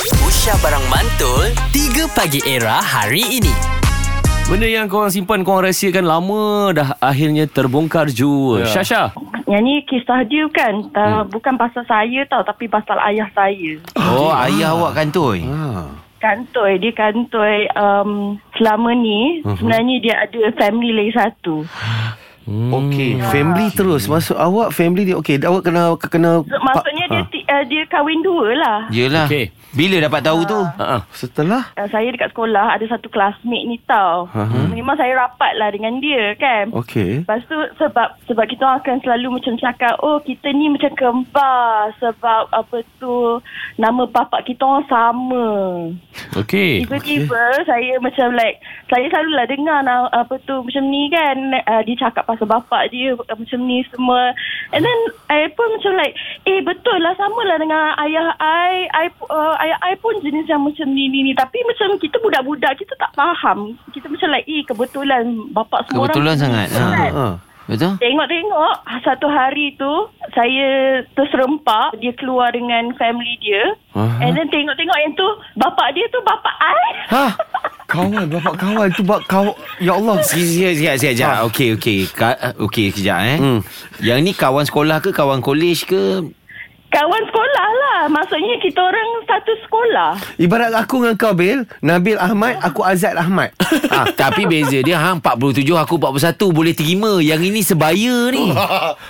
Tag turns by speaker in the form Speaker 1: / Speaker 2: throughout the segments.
Speaker 1: Aisyah Barang Mantul 3 Pagi Era hari ini
Speaker 2: Benda yang korang simpan, korang rahsiakan lama dah akhirnya terbongkar jua.
Speaker 3: Ya.
Speaker 2: Yeah. Syasha.
Speaker 4: Yang ni kisah dia kan uh, hmm. Bukan pasal saya tau Tapi pasal ayah saya
Speaker 3: Oh, ayah awak kantoi.
Speaker 4: Kantoi Dia kantoi um, Selama ni uh-huh. Sebenarnya dia ada family lagi satu
Speaker 3: Hmm. Okey, family
Speaker 5: Ah.
Speaker 3: terus. Masuk awak family dia okey. Awak kena kena ha.
Speaker 4: so, Maksudnya
Speaker 3: ah.
Speaker 4: dia, ti- uh, dia kahwin dua lah
Speaker 3: Yelah
Speaker 2: Okey.
Speaker 3: Bila dapat tahu tu?
Speaker 2: Ha.
Speaker 3: Setelah Ha,
Speaker 4: uh, Saya dekat sekolah Ada satu classmate ni tau
Speaker 3: Hmm.
Speaker 4: uh-huh.
Speaker 5: Hmm.
Speaker 4: Memang saya rapat lah dengan dia kan
Speaker 3: Okey.
Speaker 4: Lepas tu sebab sebab kita orang akan selalu macam cakap oh kita ni macam kembar sebab apa tu nama bapak kita orang sama.
Speaker 3: Eh,
Speaker 2: Okey.
Speaker 4: Tiba-tiba okay. saya macam like saya selalulah dengar na, apa tu macam ni kan uh, dia cakap pasal bapak dia uh, macam ni semua. And then I pun macam like eh betul lah sama lah dengan ayah I, I uh, ayah I pun jenis yang macam ni ni ni tapi macam kita budak-budak kita tak faham. Kita macam like eh kebetulan bapak semua
Speaker 3: Kebetulan
Speaker 4: orang
Speaker 3: sangat. Ha.
Speaker 4: Kan?
Speaker 3: ha. Betul?
Speaker 4: Tengok-tengok ah, satu hari tu saya terserempak dia keluar dengan family dia.
Speaker 3: Aha.
Speaker 4: Uh-huh. And then tengok-tengok yang tu bapak dia tu bapak I.
Speaker 3: Ha. Kawan bapak kawan tu bak kau ya Allah.
Speaker 5: Sekejap, sekejap, sekejap, sekejap. Ah, Okey, okey. Ka- okey, sekejap eh.
Speaker 3: Hmm.
Speaker 5: Yang ni kawan sekolah ke, kawan kolej ke?
Speaker 4: Kawan sekolah lah. Maksudnya kita orang satu sekolah.
Speaker 3: Ibarat aku dengan kau Bil, Nabil Ahmad, aku Azad Ahmad.
Speaker 5: ah, tapi beza dia ha, hang 47 aku 41 boleh terima. Yang ini sebaya
Speaker 2: Oh.
Speaker 5: ni.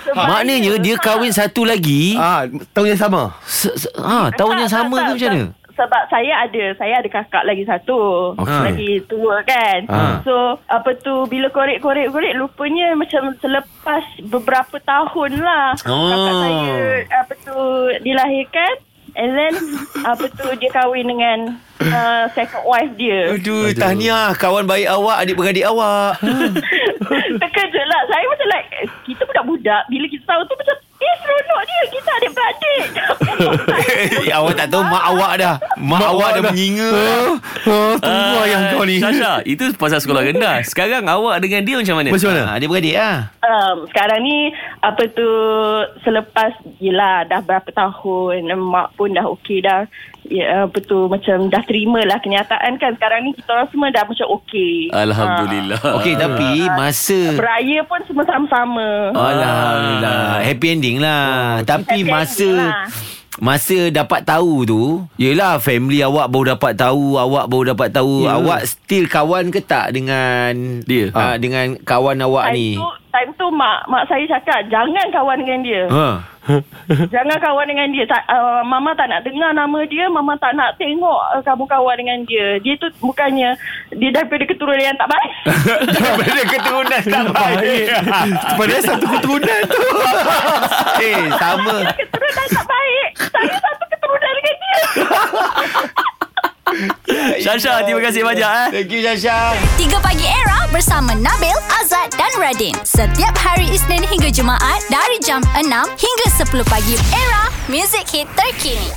Speaker 4: Sebaya.
Speaker 5: Ha. Maknanya dia
Speaker 4: Ha.
Speaker 5: kahwin satu lagi.
Speaker 3: ah, tahun yang sama.
Speaker 5: Se- se- ha, tahun yang
Speaker 4: Tak, tak,
Speaker 5: sama
Speaker 4: tak,
Speaker 5: ke macam
Speaker 4: tak.
Speaker 5: mana?
Speaker 4: Sebab saya ada Saya ada kakak lagi satu
Speaker 3: Okey.
Speaker 4: Lagi tua kan
Speaker 3: Ah.
Speaker 4: So apa tu Bila korek-korek-korek Lupanya macam selepas Beberapa tahun lah
Speaker 5: Oh.
Speaker 4: Kakak saya Apa tu Dilahirkan And then Apa tu Dia kahwin dengan uh, Second wife dia
Speaker 5: Aduh, tahniah kawan baik awak, adik-beradik awak.
Speaker 4: Terkejut lah Saya macam like eh, Kita budak-budak Bila kita tahu tu macam Eh seronok dia Kita adik-beradik
Speaker 5: Eh, awak tak tahu mak awak dah. Mak, awak dah menyinga.
Speaker 3: Oh, tunggu
Speaker 2: Ah,
Speaker 3: ayah kau ni.
Speaker 2: Syasha, Ya. itu pasal sekolah rendah. Sekarang awak dengan dia macam mana?
Speaker 3: Macam mana?
Speaker 5: Ah, adik-beradik ah.
Speaker 4: um, sekarang ni apa tu selepas yelah dah berapa tahun mak pun dah okey dah ya, apa tu macam dah terima lah kenyataan kan sekarang ni kita orang semua dah macam okey
Speaker 2: Alhamdulillah.
Speaker 5: Okey, tapi
Speaker 3: Ah.
Speaker 4: ha.
Speaker 5: masa
Speaker 4: beraya pun semua sama-sama
Speaker 5: Ah, Alhamdulillah Happy ending lah oh, Tapi
Speaker 4: Happy
Speaker 5: masa
Speaker 4: ending lah.
Speaker 5: Masa dapat tahu tu Yelah family awak baru dapat tahu Awak baru dapat tahu yeah. Awak still kawan ke tak dengan
Speaker 2: Dia?
Speaker 5: ha. Dengan kawan awak
Speaker 4: time
Speaker 5: ah, ni
Speaker 4: tu time tu mak mak saya cakap jangan kawan dengan dia
Speaker 5: ha.
Speaker 4: jangan kawan dengan dia tak, uh, mama tak nak dengar nama dia mama tak nak tengok uh, kamu kawan dengan dia dia tu bukannya dia daripada keturunan yang tak baik
Speaker 5: Daripada keturunan tak baik
Speaker 3: Padahal satu keturunan tu.
Speaker 5: Eh sama
Speaker 4: keturunan tak baik saya satu keturunan dengan dia
Speaker 2: Syasha, terima kasih banyak eh.
Speaker 5: Thank you Syasha
Speaker 6: 3 Pagi Era bersama Nabil, Azad dan Radin. Setiap hari Isnin hingga Jumaat dari jam 6 hingga 10 pagi. Era, music hit terkini.